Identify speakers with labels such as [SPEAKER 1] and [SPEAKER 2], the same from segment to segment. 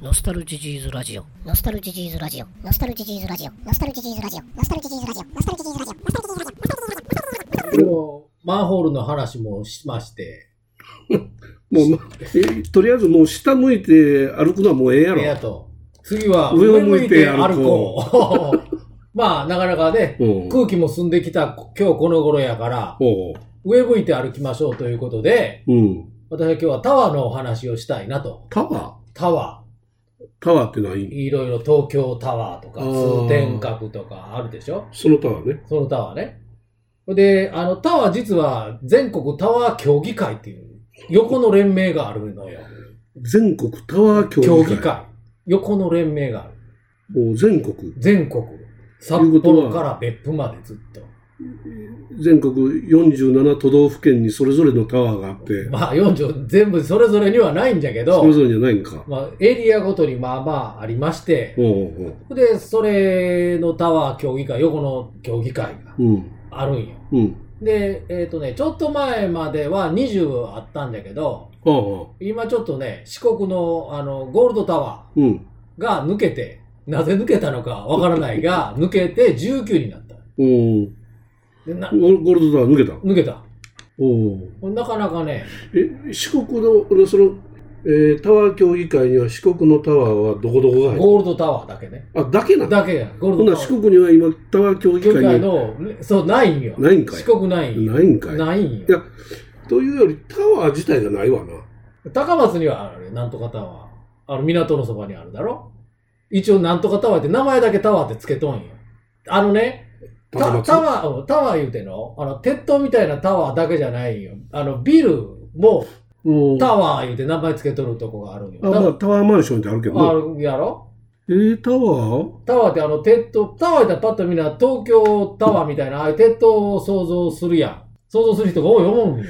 [SPEAKER 1] ノスタルジジーズラジオ。
[SPEAKER 2] ノスタルジジーズラジオ。
[SPEAKER 3] ノスタルジジーズラジオ。
[SPEAKER 2] ノスタルジジーズラジオ。ノスタルジジーズラジオ。ノスタルジジーズラジオ。ノスタルジジーズラジオ。
[SPEAKER 4] もうマンホールの話もしまして、
[SPEAKER 5] もう、まえとりあえずもう下向いて歩くのはもうええや
[SPEAKER 4] え
[SPEAKER 5] ろ。
[SPEAKER 4] えやと。次は、
[SPEAKER 5] 上を向いて
[SPEAKER 4] 上を向いて歩こう。 まあ、なかなかね、
[SPEAKER 5] うん
[SPEAKER 4] 空気も澄んできた今日この頃やから、
[SPEAKER 5] おう
[SPEAKER 4] 上向いて歩きましょうということで、
[SPEAKER 5] うん。
[SPEAKER 4] 私は今日はタワーのお話をしたいなと。
[SPEAKER 5] タワ
[SPEAKER 4] タワ
[SPEAKER 5] ータワーって何
[SPEAKER 4] ー。いろいろ東京タワーとか、
[SPEAKER 5] あー
[SPEAKER 4] 通天閣とかあるでしょ
[SPEAKER 5] そのタワーね。
[SPEAKER 4] そのタワーね。で、あの、タワー実は全国タワー協議会っていう、横の連盟があるのよ。
[SPEAKER 5] 全国タワー協
[SPEAKER 4] 協
[SPEAKER 5] 議会。
[SPEAKER 4] 議会。横の連盟がある。
[SPEAKER 5] もう全国。
[SPEAKER 4] 全国。札
[SPEAKER 5] いうことは
[SPEAKER 4] 幌から別府までずっと。
[SPEAKER 5] 全国47都道府県にそれぞれのタワーがあって、
[SPEAKER 4] まあ、40、全部それぞれにはないんじゃけど
[SPEAKER 5] それ、ぞれじゃないんか。
[SPEAKER 4] まあ、エリアごとにまあまあありまして、
[SPEAKER 5] おうおう
[SPEAKER 4] で、それのタワー協議会、横の協議会が
[SPEAKER 5] おううん。
[SPEAKER 4] あるんよ。
[SPEAKER 5] うん。
[SPEAKER 4] で、えっ、とね、ちょっと前までは20あったんだけど、
[SPEAKER 5] ああ。
[SPEAKER 4] 今ちょっとね、四国のあのゴールドタワ
[SPEAKER 5] うん。
[SPEAKER 4] ーが抜けて、なぜ抜けたのかわからない が、抜けて19になった。
[SPEAKER 5] うん。
[SPEAKER 4] でな
[SPEAKER 5] ゴゴールドタワー抜けた。
[SPEAKER 4] 抜けた。
[SPEAKER 5] おお。
[SPEAKER 4] なかなかね、
[SPEAKER 5] え、四国の、その、えータワー協議会には四国のタワーはどこどこが入
[SPEAKER 4] ゴールドタワーだけね。
[SPEAKER 5] るあ、だけなんだ。
[SPEAKER 4] だけや、ゴー
[SPEAKER 5] ほ
[SPEAKER 4] ル
[SPEAKER 5] な
[SPEAKER 4] ドタ
[SPEAKER 5] 四
[SPEAKER 4] ワー。
[SPEAKER 5] 国には今タワー協議
[SPEAKER 4] 協議
[SPEAKER 5] 会
[SPEAKER 4] 会
[SPEAKER 5] に
[SPEAKER 4] の、そう、ないんよ。
[SPEAKER 5] ないんかい
[SPEAKER 4] 四国ないんよ。
[SPEAKER 5] ないんかい。
[SPEAKER 4] ないんよ
[SPEAKER 5] いやというよりタワー自体がないわな。
[SPEAKER 4] 高松にはあるね、なんとかタワー。あの、港のそばにあるだろ一応、なんとかタワーって、名前だけタワーってつけとんよ。あのね、た
[SPEAKER 5] 高松
[SPEAKER 4] タワーうん、タワー言うての、あの、鉄塔みたいなタワーだけじゃないよ。あの、ビルも
[SPEAKER 5] うん
[SPEAKER 4] タワー言うて名前つけとるとこがあるんよ。
[SPEAKER 5] あまあ、タワーマンションってあるけ
[SPEAKER 4] タあ
[SPEAKER 5] どね。
[SPEAKER 4] るやろ
[SPEAKER 5] えー、タワー
[SPEAKER 4] タワーってあの、鉄塔、タワーってパッとみんな東京タワーみたいな、ああいう鉄塔を想像するやん。想像する人が多い思うんよ。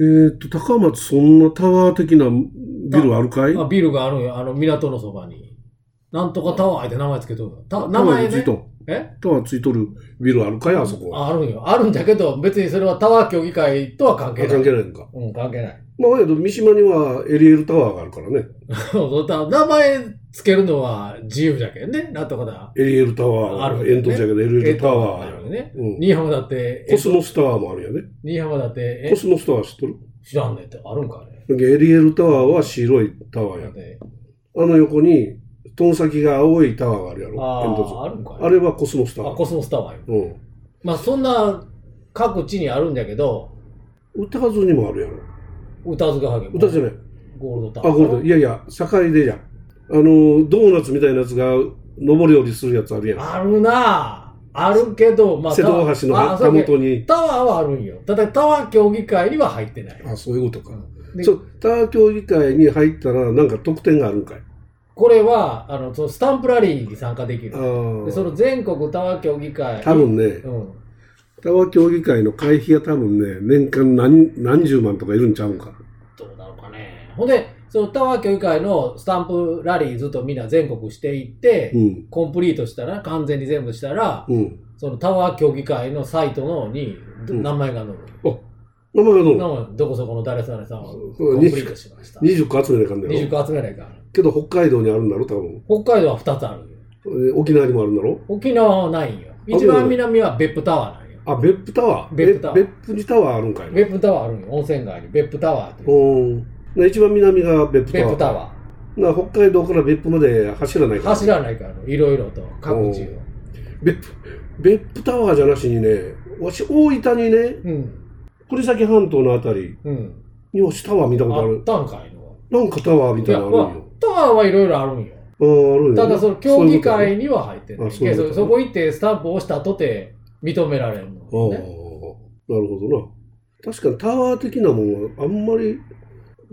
[SPEAKER 5] えっ、と、高松そんなタワー的なビルあるかい
[SPEAKER 4] あビルがあるんよ、あの、港のそばに。なんとかタワーって名前つけとるよ。た名
[SPEAKER 5] タワ
[SPEAKER 4] 前
[SPEAKER 5] ーつ
[SPEAKER 4] ね
[SPEAKER 5] い。と
[SPEAKER 4] え
[SPEAKER 5] んタワーついとるビルあるかいあそこ
[SPEAKER 4] あ
[SPEAKER 5] は。
[SPEAKER 4] あるんよ。あるんだけど、別にそれはタワー協議会とは関係
[SPEAKER 5] あ
[SPEAKER 4] ない。
[SPEAKER 5] 関係ないんか。
[SPEAKER 4] うん、関係ない。
[SPEAKER 5] まあ、やと三島にはエリエルタワーがあるからね。
[SPEAKER 4] そうだ名前つけるのは自由じゃけんね。なんとかだ。
[SPEAKER 5] エリエルタワー
[SPEAKER 4] あ
[SPEAKER 5] が
[SPEAKER 4] るよね
[SPEAKER 5] 煙突じゃけど、エリエルタワ
[SPEAKER 4] あ
[SPEAKER 5] ー
[SPEAKER 4] る
[SPEAKER 5] や。
[SPEAKER 4] よね。
[SPEAKER 5] うん
[SPEAKER 4] 新居浜だって、
[SPEAKER 5] コスモスタワーもあるよね。
[SPEAKER 4] 新居浜だって、
[SPEAKER 5] コスモスタワー知っとる
[SPEAKER 4] え、知らんねってあるんかね。
[SPEAKER 5] エリエルタワーは白いタワー
[SPEAKER 4] だ
[SPEAKER 5] や
[SPEAKER 4] っ。て
[SPEAKER 5] あの横に、トン先が青いタワーがあるやろ。
[SPEAKER 4] あ
[SPEAKER 5] 煙
[SPEAKER 4] あ、
[SPEAKER 5] 突。
[SPEAKER 4] あるんかね。
[SPEAKER 5] あれはコスモスタ
[SPEAKER 4] あ
[SPEAKER 5] ワ
[SPEAKER 4] コ
[SPEAKER 5] ー。
[SPEAKER 4] スモスタワーよ。
[SPEAKER 5] うん。
[SPEAKER 4] まあ、そんな各地にあるんだけど、
[SPEAKER 5] 歌数にもあるやろ。
[SPEAKER 4] 歌津ヶ原も。
[SPEAKER 5] 歌じゃない。
[SPEAKER 4] ゴールドタワ
[SPEAKER 5] あ、
[SPEAKER 4] ー。
[SPEAKER 5] ごめんいやいや、境でや。あの、ドーナツみたいなやつが、登り降りするやつあるやん。
[SPEAKER 4] あるなぁ。あるけど、まあ、
[SPEAKER 5] 瀬戸大橋の旗元
[SPEAKER 4] に。
[SPEAKER 5] に。
[SPEAKER 4] タワーはあるんよ。ただタワー協議会には入ってない。
[SPEAKER 5] あ、そういうことか。
[SPEAKER 4] で
[SPEAKER 5] そう、タワー協議会に入ったら、なんか特典があるんかい。
[SPEAKER 4] これはあのそのスタンプラリーに参加でき
[SPEAKER 5] あ
[SPEAKER 4] る。でその
[SPEAKER 5] あ。
[SPEAKER 4] 全国タワー協議会。
[SPEAKER 5] 多分ね、
[SPEAKER 4] うん。
[SPEAKER 5] タワー協議会の会費が多分ね、年間何何十万とかいるんちゃうんか。
[SPEAKER 4] どうなのかね。ほんで、そのタワー協議会のスタンプラリーずっとみんな全国していって、
[SPEAKER 5] うん。
[SPEAKER 4] コンプリートしたら、完全に全部したら、
[SPEAKER 5] うん。
[SPEAKER 4] そのタワー協議会のサイトのにど
[SPEAKER 5] うん
[SPEAKER 4] 名前が載る。
[SPEAKER 5] 名前はどう
[SPEAKER 4] 名前どこそこの誰されさんは
[SPEAKER 5] そう
[SPEAKER 4] コンプリートしました。
[SPEAKER 5] 20個集めなあかんねやろ
[SPEAKER 4] 20個集めないから。
[SPEAKER 5] けど北海道にあるんだろ多分
[SPEAKER 4] 北海道は2つあるよ。
[SPEAKER 5] えー沖縄にもあるんだろ
[SPEAKER 4] 沖縄はないんよ。
[SPEAKER 5] あ
[SPEAKER 4] 一番南は別府タワーなんよ。
[SPEAKER 5] あ別府タワー
[SPEAKER 4] 別府タワー
[SPEAKER 5] え別府にタワーあるんかいな
[SPEAKER 4] 別府タワーあるんよ。温泉街に別府タワーっていう。
[SPEAKER 5] うんな一番南が別府タワ
[SPEAKER 4] 別
[SPEAKER 5] ー
[SPEAKER 4] 府タワー。
[SPEAKER 5] な北海道から別府まで走らないから
[SPEAKER 4] 走らないからのいろいろと各地を、
[SPEAKER 5] 別府別府タワーじゃなしにねわし大分にね
[SPEAKER 4] うん
[SPEAKER 5] 国崎半島のあたり
[SPEAKER 4] うん、
[SPEAKER 5] にわしタワー見たことあ
[SPEAKER 4] あっ
[SPEAKER 5] る
[SPEAKER 4] たんかいの
[SPEAKER 5] なんかタワーみ
[SPEAKER 4] い
[SPEAKER 5] たい
[SPEAKER 4] や
[SPEAKER 5] なのあ
[SPEAKER 4] まあ
[SPEAKER 5] るんよ
[SPEAKER 4] タワーはいろいろあるんよ
[SPEAKER 5] あーあるんよ
[SPEAKER 4] ただその競技会
[SPEAKER 5] に
[SPEAKER 4] には入ってない
[SPEAKER 5] あそういうこと
[SPEAKER 4] けどそこ行ってスタンプを押したとて認められる
[SPEAKER 5] ああ
[SPEAKER 4] の、
[SPEAKER 5] な
[SPEAKER 4] ね、
[SPEAKER 5] るほどな確かにタワー的なもんはあんまり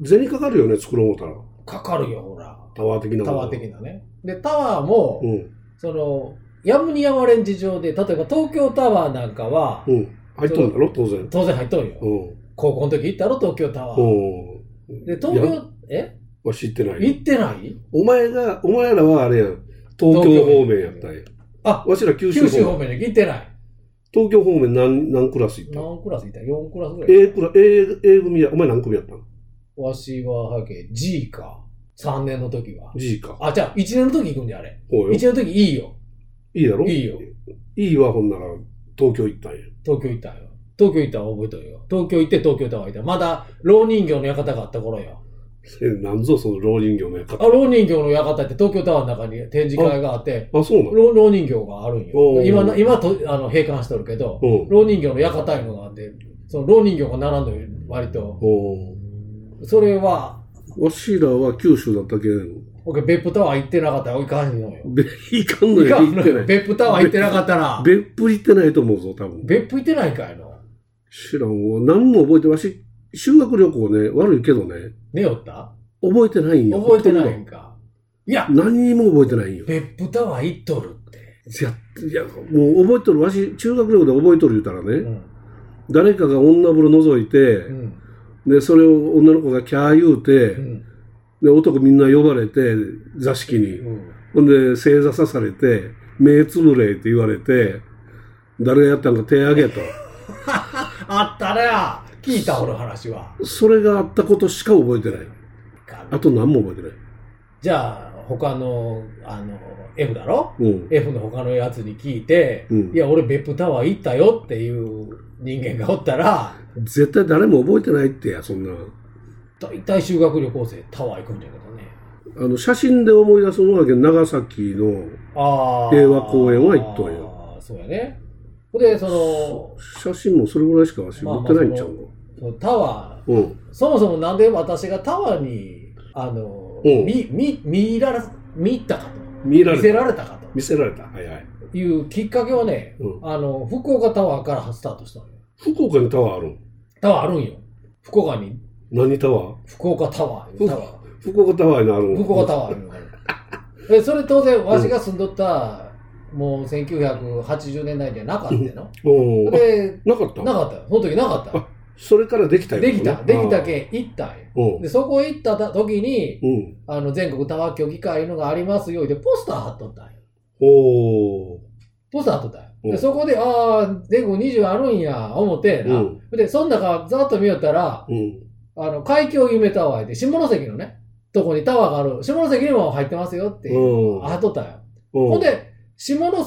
[SPEAKER 5] 銭かかるよね作ろう思ったら
[SPEAKER 4] かかるよほら
[SPEAKER 5] タワー的なもん
[SPEAKER 4] タ
[SPEAKER 5] は
[SPEAKER 4] ワー的なねでタワーも、
[SPEAKER 5] うん
[SPEAKER 4] そのやむにやまれん事情で例えば東京タワーなんかは、
[SPEAKER 5] うん。入っとるんだろ、当然。
[SPEAKER 4] 当然入っとるよ、
[SPEAKER 5] うん。
[SPEAKER 4] 高校の時行ったろ東京タワー、
[SPEAKER 5] うん。
[SPEAKER 4] で東
[SPEAKER 5] いや
[SPEAKER 4] 京え
[SPEAKER 5] わし知ってないよ。
[SPEAKER 4] 行ってない
[SPEAKER 5] お前が、お前らはあれやん。東京方面やったんや。
[SPEAKER 4] あ
[SPEAKER 5] わしら九州
[SPEAKER 4] 九
[SPEAKER 5] 方
[SPEAKER 4] 州
[SPEAKER 5] 面。
[SPEAKER 4] 方面に行ってない
[SPEAKER 5] 東京方面何、何クラス行った
[SPEAKER 4] 何クラスいた ?4 クラスぐらい
[SPEAKER 5] ?A クラ、A、A 組や。お前何組やったん
[SPEAKER 4] わしは、はけ、G か。 3年の時は。
[SPEAKER 5] じいか。
[SPEAKER 4] あ、じゃあ1年の時行くんじゃあれ。
[SPEAKER 5] ほ
[SPEAKER 4] 1
[SPEAKER 5] うよ。
[SPEAKER 4] 年の時いいよ。
[SPEAKER 5] いいだろ
[SPEAKER 4] いいよ。
[SPEAKER 5] いいわ、ほんなら、東京行ったんや。
[SPEAKER 4] 東京行ったんよ。東京行ったら覚えとるよ。東京行って東京タワー行った。まだ、老人形の館があった頃よ。
[SPEAKER 5] え、なんぞ、その、老人形の館。
[SPEAKER 4] あ、老人形の館って東京タワーの中に展示会があって、
[SPEAKER 5] あ、そうなの
[SPEAKER 4] 老老人形があるん
[SPEAKER 5] お
[SPEAKER 4] よ。
[SPEAKER 5] ー
[SPEAKER 4] 今な、今と、あの、閉館しとるけど
[SPEAKER 5] う、ん。
[SPEAKER 4] 老人形の館いうのがあって、その老人形が並んどるよ、割と。
[SPEAKER 5] お
[SPEAKER 4] それは、
[SPEAKER 5] わしらは九州だったけれど、
[SPEAKER 4] 僕、別府タワー行ってなかったらいかんのよ。
[SPEAKER 5] べ、いかんの
[SPEAKER 4] い
[SPEAKER 5] や、
[SPEAKER 4] かん
[SPEAKER 5] 行
[SPEAKER 4] の
[SPEAKER 5] って
[SPEAKER 4] よ。
[SPEAKER 5] ない。
[SPEAKER 4] 別府タワー行ってなかったら、
[SPEAKER 5] 別府行ってないと思うぞ、多分。
[SPEAKER 4] 別府行ってないんかいの。
[SPEAKER 5] 知らんわ。何も覚えて、わし、修学旅行ね、悪いけどね、
[SPEAKER 4] 寝よった
[SPEAKER 5] 覚えてないんよ。
[SPEAKER 4] 覚えてない
[SPEAKER 5] ほ
[SPEAKER 4] んか。いや
[SPEAKER 5] と、んど。何にも覚えてないんよ。
[SPEAKER 4] 別府タワー行っとるって。
[SPEAKER 5] いや、いやもう覚えとる。わし、中学旅行で覚えとる言うたら
[SPEAKER 4] う
[SPEAKER 5] ね、
[SPEAKER 4] ん。
[SPEAKER 5] 誰かが女風呂覗いて、
[SPEAKER 4] うん。
[SPEAKER 5] で、それを女の子がキャー言うて、
[SPEAKER 4] うん。
[SPEAKER 5] で、男みんな呼ばれて、座敷に。
[SPEAKER 4] うん
[SPEAKER 5] ほんで、正座さされて、目つぶれって言われて、誰がやったんか手挙げた。
[SPEAKER 4] あったら、聞いた俺話は。
[SPEAKER 5] それがあったことしか覚えてない。あと何も覚えてない。
[SPEAKER 4] じゃあ、他の、あの、F だろ
[SPEAKER 5] うん。
[SPEAKER 4] ?F の他のやつに聞いて、
[SPEAKER 5] うん
[SPEAKER 4] いや、俺別府タワー行ったよっていう人間がおったら、
[SPEAKER 5] 絶対誰も覚えてないってや、そんな。
[SPEAKER 4] 大体修学旅行生タワー行くんだけどね。
[SPEAKER 5] あの、写真で思い出すのはけど長崎の
[SPEAKER 4] ああ。
[SPEAKER 5] 平和公園は行っとんよ
[SPEAKER 4] あー。そうやね。ほんで、その、
[SPEAKER 5] 写真もそれぐらいしかわし
[SPEAKER 4] まあ
[SPEAKER 5] 持っ
[SPEAKER 4] まあ
[SPEAKER 5] てないんちゃうの、
[SPEAKER 4] そのタワ
[SPEAKER 5] うん。
[SPEAKER 4] ー、そもそもなんで私がタワーに、あの、
[SPEAKER 5] うん
[SPEAKER 4] 見、見、見入られ、見入ったか
[SPEAKER 5] 見
[SPEAKER 4] と。
[SPEAKER 5] ら
[SPEAKER 4] 見せ
[SPEAKER 5] れた。
[SPEAKER 4] られたか
[SPEAKER 5] 見せられた。はいはい。
[SPEAKER 4] というきっかけはね、
[SPEAKER 5] うん。
[SPEAKER 4] あの、福岡タワーからスタートしたのよ。
[SPEAKER 5] 福岡にタワーあるん
[SPEAKER 4] タワーあるんよ。福岡に、
[SPEAKER 5] 何タワー
[SPEAKER 4] 福岡タワー。
[SPEAKER 5] ふ
[SPEAKER 4] タワ
[SPEAKER 5] 福岡タワーにあるん
[SPEAKER 4] ー。福岡タワーあるんよ。え、それ当然、わしが住んどった、もう1980年代じゃなかったの。
[SPEAKER 5] うん。あ
[SPEAKER 4] で、
[SPEAKER 5] なかった
[SPEAKER 4] なかったよ。その時なかったよ。
[SPEAKER 5] それからできたよ、
[SPEAKER 4] できた。できた
[SPEAKER 5] ん。
[SPEAKER 4] けん、行ったんよ。
[SPEAKER 5] うん
[SPEAKER 4] で、。そこへ行った時に、
[SPEAKER 5] うん。
[SPEAKER 4] あの、全国タワー協議会いうのがありますよ、で、ポスター貼っとったんよ。
[SPEAKER 5] おー。
[SPEAKER 4] ポスター貼っとったんよ。
[SPEAKER 5] う
[SPEAKER 4] で、
[SPEAKER 5] ん
[SPEAKER 4] そこで、ああ、全国20あるんや、思って
[SPEAKER 5] う
[SPEAKER 4] な。
[SPEAKER 5] ん。
[SPEAKER 4] で、そん中、ざっと見よったら、
[SPEAKER 5] うん。
[SPEAKER 4] あの、海峡夢タワーで、下関のね、とこにタワーがある、下関にも入ってますよって、
[SPEAKER 5] うん
[SPEAKER 4] あ、貼っとったんよ。
[SPEAKER 5] ほ
[SPEAKER 4] ほん、で、下関、お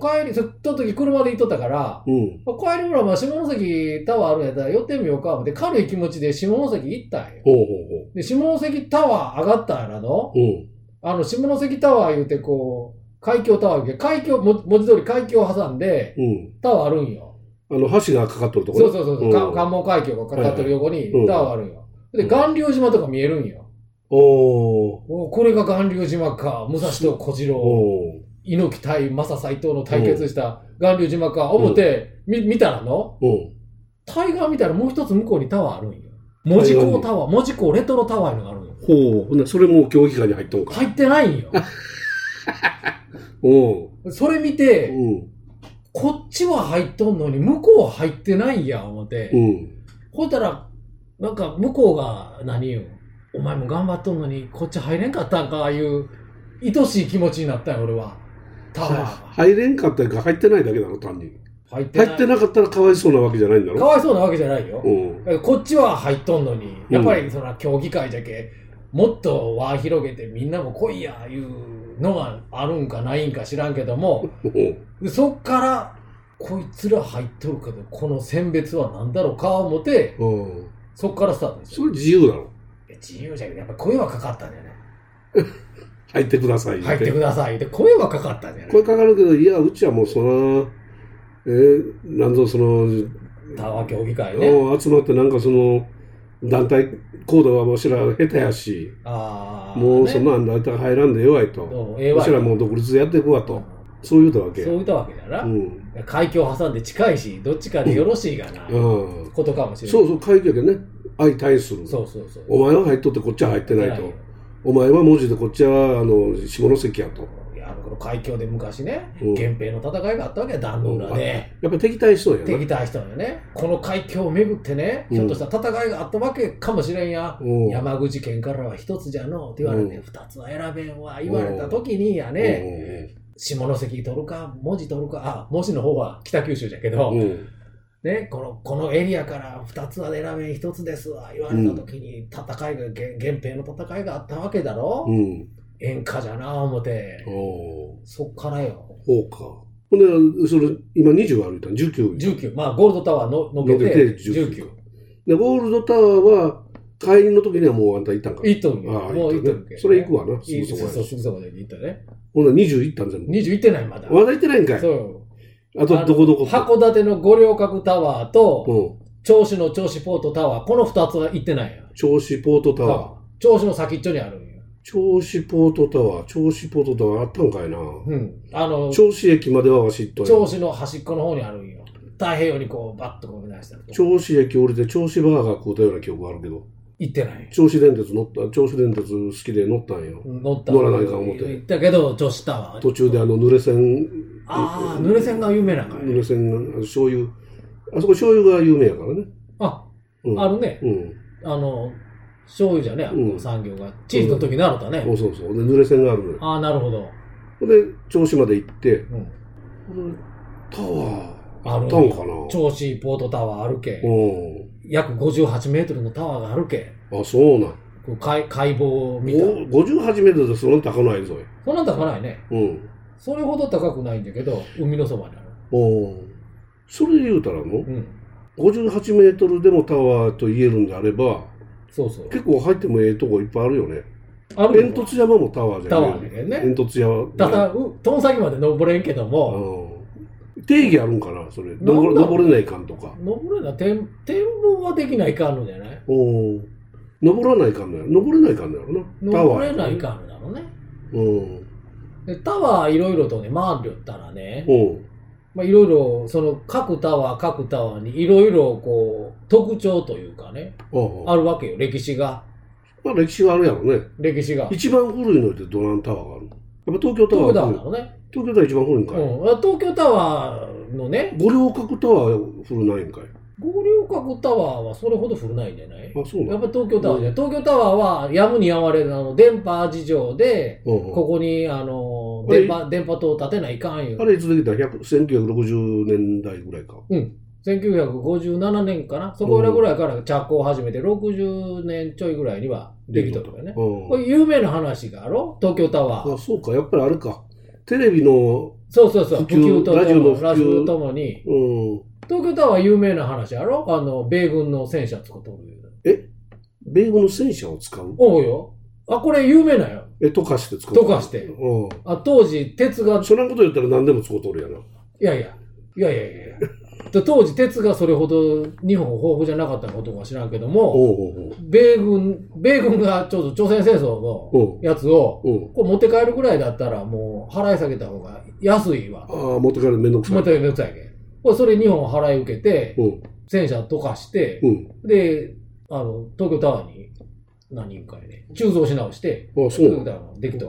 [SPEAKER 4] 帰り、その時車で行っとったから、
[SPEAKER 5] うん。
[SPEAKER 4] お帰りぐらいは下関タワーあるんやったら寄ってみようか、思って軽い気持ちで下関行ったんよ。
[SPEAKER 5] ほうほう
[SPEAKER 4] で、下関タワー上がったんやらの
[SPEAKER 5] ほう。うん。
[SPEAKER 4] あの、下関タワー言うてこう、海峡タワー言うて、海峡、も文字通り海峡を挟んで、
[SPEAKER 5] うん。
[SPEAKER 4] タワーあるんよ。
[SPEAKER 5] あの、橋がかかっとるとこ
[SPEAKER 4] そう
[SPEAKER 5] ろ
[SPEAKER 4] そうそうそう、
[SPEAKER 5] ん
[SPEAKER 4] か関門海峡がかかってる横に
[SPEAKER 5] うん
[SPEAKER 4] タワーあるんよ。
[SPEAKER 5] う
[SPEAKER 4] で、
[SPEAKER 5] ん
[SPEAKER 4] 巌流島とか見えるんよ。
[SPEAKER 5] おー。
[SPEAKER 4] おこれが巌流島か、武蔵と小次郎、
[SPEAKER 5] おー。
[SPEAKER 4] 猪木対正斎藤の対決した巌流島か、思って、み見たらの、
[SPEAKER 5] うん。
[SPEAKER 4] 対岸見たらもう一つ向こうにタワーあるんよ。門司港タワー、門司港レトロタワーいうのがあるんよ。
[SPEAKER 5] ほう。ほんなそれも競技会に入っとんか。
[SPEAKER 4] 入ってないん よ。
[SPEAKER 5] おー。
[SPEAKER 4] それ見て、
[SPEAKER 5] うん。
[SPEAKER 4] こっちは入っとんのに、向こうは入ってないや、思って。
[SPEAKER 5] うん。
[SPEAKER 4] ほいたら、なんか向こうが、何よ、お前も頑張っとんのに、こっち入れんかったんか、いう、愛しい気持ちになったよ、俺は。タワーが。
[SPEAKER 5] 入れんかったか入ってないだけだろ、単に。
[SPEAKER 4] 入ってない。
[SPEAKER 5] 入ってなかったらかわいそうなわけじゃないんだ
[SPEAKER 4] か
[SPEAKER 5] ろ。
[SPEAKER 4] わいそうなわけじゃないよ。
[SPEAKER 5] うん。
[SPEAKER 4] こっちは入っとんのに、やっぱりそら競技会じゃけ、もっと輪広げてみんなも来いや、いうのがあるんかないんか知らんけども、
[SPEAKER 5] うん
[SPEAKER 4] そっから、こいつら入っとるけど、この選別は何だろうか、思って、
[SPEAKER 5] うん。
[SPEAKER 4] そっからスタートです
[SPEAKER 5] そ
[SPEAKER 4] よ。
[SPEAKER 5] れ自由だろ。
[SPEAKER 4] 自由じゃけど、やっぱ声はかかったんだよね。
[SPEAKER 5] 入ってください。
[SPEAKER 4] 入ってくださいって声はかかったんだよね。
[SPEAKER 5] 声かかるけど、いや、うちはもうその、えー、なんぞその、
[SPEAKER 4] タワー協議会ね。
[SPEAKER 5] うん集まってなんかその団体行動はわしら下手やし、
[SPEAKER 4] ああ。
[SPEAKER 5] もうそん
[SPEAKER 4] な。
[SPEAKER 5] なん団体入らんでええわいと、
[SPEAKER 4] うんええわ
[SPEAKER 5] わしらもう独立でやっていくわ
[SPEAKER 4] そ
[SPEAKER 5] と、そう言うたわけ。
[SPEAKER 4] う言ったわけだ
[SPEAKER 5] う
[SPEAKER 4] な。
[SPEAKER 5] ん、
[SPEAKER 4] 海峡挟んで近いし、どっちかでよろしいがな。
[SPEAKER 5] うん、
[SPEAKER 4] ことかもしれな
[SPEAKER 5] そ
[SPEAKER 4] い。
[SPEAKER 5] うそう、会議やけどね、相対する。
[SPEAKER 4] そうそうそう。
[SPEAKER 5] お前は入っとってこっちは入ってないと。お前は文字でこっちはあの下関やと。
[SPEAKER 4] いや、あの頃海峡で昔ね、
[SPEAKER 5] うん
[SPEAKER 4] 源平の戦いがあったわけよ、壇の裏で。
[SPEAKER 5] やっぱ敵対しとんや
[SPEAKER 4] 敵
[SPEAKER 5] な。
[SPEAKER 4] 対したのよね。この海峡をめぐってね、
[SPEAKER 5] うん
[SPEAKER 4] ひょっとしたら戦いがあったわけかもしれんや。
[SPEAKER 5] うん
[SPEAKER 4] 山口県からは一つじゃのうって言われて、
[SPEAKER 5] うん
[SPEAKER 4] 二つは選べんわ、言われた時にやね、下関取るか、文字取るか、あ、文字の方は北九州じゃけど、
[SPEAKER 5] うんうん
[SPEAKER 4] ね、このこのエリアから2つは選べん1つですわ言われた時に戦いが、げ源平の戦いがあったわけだろ、
[SPEAKER 5] うん。
[SPEAKER 4] 演歌じゃな思て
[SPEAKER 5] おお
[SPEAKER 4] そっからよ
[SPEAKER 5] ー。そうか。ほんで、その、今20歩いたの ?19。
[SPEAKER 4] 19まあゴールドタワーののけ
[SPEAKER 5] の
[SPEAKER 4] て
[SPEAKER 5] けて19
[SPEAKER 4] 19
[SPEAKER 5] で、ゴールドタワーは、会員の時にはもうあんた行ったんか。
[SPEAKER 4] 行っとるけど
[SPEAKER 5] ああ
[SPEAKER 4] もう行っ
[SPEAKER 5] 行っ
[SPEAKER 4] と
[SPEAKER 5] と
[SPEAKER 4] るけど
[SPEAKER 5] るね
[SPEAKER 4] ね
[SPEAKER 5] それ行くわなす
[SPEAKER 4] い
[SPEAKER 5] ぐ
[SPEAKER 4] そ
[SPEAKER 5] そうこ
[SPEAKER 4] そ
[SPEAKER 5] や
[SPEAKER 4] うすぐそこで行ったね
[SPEAKER 5] ほんなら20行ったん全部。
[SPEAKER 4] 20行ってないまだ
[SPEAKER 5] まだ行ってないんかい。
[SPEAKER 4] そう
[SPEAKER 5] あと、どこどこって
[SPEAKER 4] 函館の五稜郭タワーと、
[SPEAKER 5] う
[SPEAKER 4] 銚子の銚子ポートタワーこの2つは行ってないよ
[SPEAKER 5] ん。銚子ポートタワー。
[SPEAKER 4] 銚子の先っちょにあるんよ
[SPEAKER 5] 銚子ポートタワー。銚子ポートタワーあったんかいな。
[SPEAKER 4] うんあの
[SPEAKER 5] 銚子駅まではわし行っとんよ
[SPEAKER 4] 銚子の端っこの方にあるんよ太平洋にこうバッとこう出したら
[SPEAKER 5] 銚子駅降りて銚子バーガー食うたような記憶があるけど、
[SPEAKER 4] 行ってない
[SPEAKER 5] 銚子電鉄乗った、銚子電鉄好きで乗ったんよ。
[SPEAKER 4] 乗った
[SPEAKER 5] 乗らないか思って
[SPEAKER 4] 行ったけど女子タワー
[SPEAKER 5] 途中であの、濡れ線、
[SPEAKER 4] ああ濡れ線が有名なんか
[SPEAKER 5] 濡
[SPEAKER 4] ね
[SPEAKER 5] れ線が、醤油、あそこ醤油が有名やからね。
[SPEAKER 4] あ
[SPEAKER 5] うん。
[SPEAKER 4] あるね
[SPEAKER 5] うん。
[SPEAKER 4] あの醤油じゃねあの
[SPEAKER 5] うん
[SPEAKER 4] 産業がチーズの時になるとね
[SPEAKER 5] そうそうそう。で、濡れ線があるのよ。
[SPEAKER 4] ああなるほど
[SPEAKER 5] ほんで、銚子まで行って、
[SPEAKER 4] うん
[SPEAKER 5] タワー、
[SPEAKER 4] あ
[SPEAKER 5] あ
[SPEAKER 4] る
[SPEAKER 5] ったんかな
[SPEAKER 4] 銚子ポートタワーあるけ
[SPEAKER 5] う
[SPEAKER 4] 約58メートルのタワーがあるけ
[SPEAKER 5] ん。あ、そうなん。
[SPEAKER 4] こう解解剖を見た
[SPEAKER 5] ご58メートルでそんな高ないぞい。
[SPEAKER 4] そんなん高ないね
[SPEAKER 5] うん。
[SPEAKER 4] それほど高くないんだけど海のそばにある
[SPEAKER 5] おーそれで言うたらの、
[SPEAKER 4] うん
[SPEAKER 5] 58メートルでもタワーと言えるんであれば、
[SPEAKER 4] そうそう
[SPEAKER 5] 結構入ってもええとこいっぱいあるよね。
[SPEAKER 4] あるよ
[SPEAKER 5] 煙突山もタワーじ
[SPEAKER 4] タ
[SPEAKER 5] ゃ
[SPEAKER 4] ワ
[SPEAKER 5] な
[SPEAKER 4] ー
[SPEAKER 5] い、
[SPEAKER 4] だけどね。
[SPEAKER 5] 煙突山。
[SPEAKER 4] ただ、うトン先まで登れんけども、
[SPEAKER 5] うん定義あるんかな、それ。
[SPEAKER 4] んだろう
[SPEAKER 5] 登れ登れないかんとか。
[SPEAKER 4] 登れな展展望はできないかんのじゃない
[SPEAKER 5] おー登らないかんのや登れないかんのやろな。タワ
[SPEAKER 4] 登
[SPEAKER 5] ー。
[SPEAKER 4] れない。かんのだろうね。
[SPEAKER 5] うん。
[SPEAKER 4] でタワーいろいろとね、回るよったらね、
[SPEAKER 5] うん。
[SPEAKER 4] まあいろいろ、その各タワー各タワーにいろいろこう、特徴というかね、
[SPEAKER 5] あ
[SPEAKER 4] あ
[SPEAKER 5] あ
[SPEAKER 4] るわけよ、歴史が。
[SPEAKER 5] まあ歴史はあるやろね。
[SPEAKER 4] 歴史が。
[SPEAKER 5] 一番古いのってどなんタワーがあるのやっぱ東京タワ
[SPEAKER 4] 東京
[SPEAKER 5] ー
[SPEAKER 4] タ
[SPEAKER 5] が
[SPEAKER 4] ワー
[SPEAKER 5] 古い
[SPEAKER 4] だ。ろうね。
[SPEAKER 5] 東京タワー一番古いんかい。
[SPEAKER 4] うん、東京タワーのね、
[SPEAKER 5] 五稜郭タワー古ないんかい。
[SPEAKER 4] 五稜郭タワーはそれほど古ないんじゃない
[SPEAKER 5] あ、そう
[SPEAKER 4] や
[SPEAKER 5] な
[SPEAKER 4] っ
[SPEAKER 5] ん
[SPEAKER 4] ぱり東京タワーじゃない。東京タワーはやむにやまれるあの、電波事情で、
[SPEAKER 5] うんうん
[SPEAKER 4] ここに、あの、
[SPEAKER 5] あれ
[SPEAKER 4] 電波、電波塔を建てないかんよ
[SPEAKER 5] あ。れいつできた 100- 1960年代ぐらいか。
[SPEAKER 4] 1957年かなそこらぐらいから着工を始めて、60年ちょいぐらいにはできたとかね。
[SPEAKER 5] うん
[SPEAKER 4] これ有名な話があろ東京タワー。
[SPEAKER 5] あ、そうか。やっぱりあれか。テレビの、
[SPEAKER 4] そうそうそう。普
[SPEAKER 5] 普及
[SPEAKER 4] 及とと
[SPEAKER 5] ラジオの
[SPEAKER 4] も、
[SPEAKER 5] 普及
[SPEAKER 4] ラジオともに。
[SPEAKER 5] うん、
[SPEAKER 4] 東京タワー有名な話やろあの、米軍の戦車作っとる。
[SPEAKER 5] 米軍の戦車を使う
[SPEAKER 4] おうよ。あ、これ有名なんよ。
[SPEAKER 5] え、溶かして使う。
[SPEAKER 4] 溶かして
[SPEAKER 5] う
[SPEAKER 4] あ、当時、鉄が
[SPEAKER 5] ん。、そんなこと言ったら何でも使うとるやな。
[SPEAKER 4] いやいや、いやいやいやいや。で当時、鉄がそれほど日本豊富じゃなかったことかは知らんけども、
[SPEAKER 5] おうおう
[SPEAKER 4] 米軍、米軍がちょうど朝鮮戦争の
[SPEAKER 5] おう。
[SPEAKER 4] やつを、
[SPEAKER 5] おうん。
[SPEAKER 4] こう持って帰るぐらいだったら、もう払い下げた方が安いわ。
[SPEAKER 5] ああ、持って帰るのめんどくさ
[SPEAKER 4] ま
[SPEAKER 5] い。
[SPEAKER 4] ためんどくさいけん。これそれ2本払い受けて、
[SPEAKER 5] うん。
[SPEAKER 4] 戦車溶かして、
[SPEAKER 5] うん。
[SPEAKER 4] で、あの、東京タワーに何人かやね、鋳造し直して、
[SPEAKER 5] あそう
[SPEAKER 4] 東
[SPEAKER 5] な
[SPEAKER 4] 京
[SPEAKER 5] んだ。
[SPEAKER 4] タワーができた。い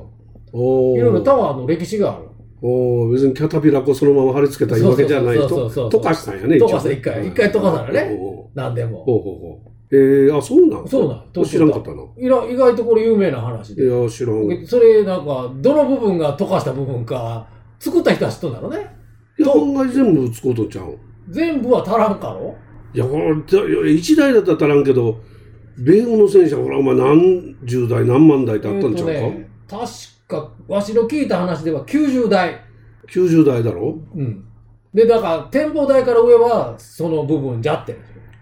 [SPEAKER 5] おお。
[SPEAKER 4] ろいろタワーの歴史がある。
[SPEAKER 5] おー別にキャタピラーこうそのまま貼り付けたいうわけじゃない
[SPEAKER 4] そう
[SPEAKER 5] と。
[SPEAKER 4] そうそうそう
[SPEAKER 5] 溶かしたんやね。
[SPEAKER 4] 溶かした一回
[SPEAKER 5] 応
[SPEAKER 4] 一回溶かしたのね。
[SPEAKER 5] おうおう
[SPEAKER 4] 何でも。
[SPEAKER 5] ほうほうほう。えー、あ、そうなん
[SPEAKER 4] そうなん東
[SPEAKER 5] 知
[SPEAKER 4] 京タ
[SPEAKER 5] らん
[SPEAKER 4] ワー
[SPEAKER 5] かったな。い
[SPEAKER 4] いら意外とこれ有名な話で。
[SPEAKER 5] や、知らん。い
[SPEAKER 4] それなんか、どの部分が溶かした部分か、作った人は知っとんだろうね。
[SPEAKER 5] や、案外全部使うとちゃうん。
[SPEAKER 4] 全部は足らんかろ
[SPEAKER 5] いや、これだいや、一台だったら足らんけど、米軍の戦車、ほら、お前何十台、何万台ってあったんちゃうか、
[SPEAKER 4] えーとね、確か、わしの聞いた話では90台。
[SPEAKER 5] ?90 台だろ
[SPEAKER 4] うん。で、だから、展望台から上は、その部分じゃって。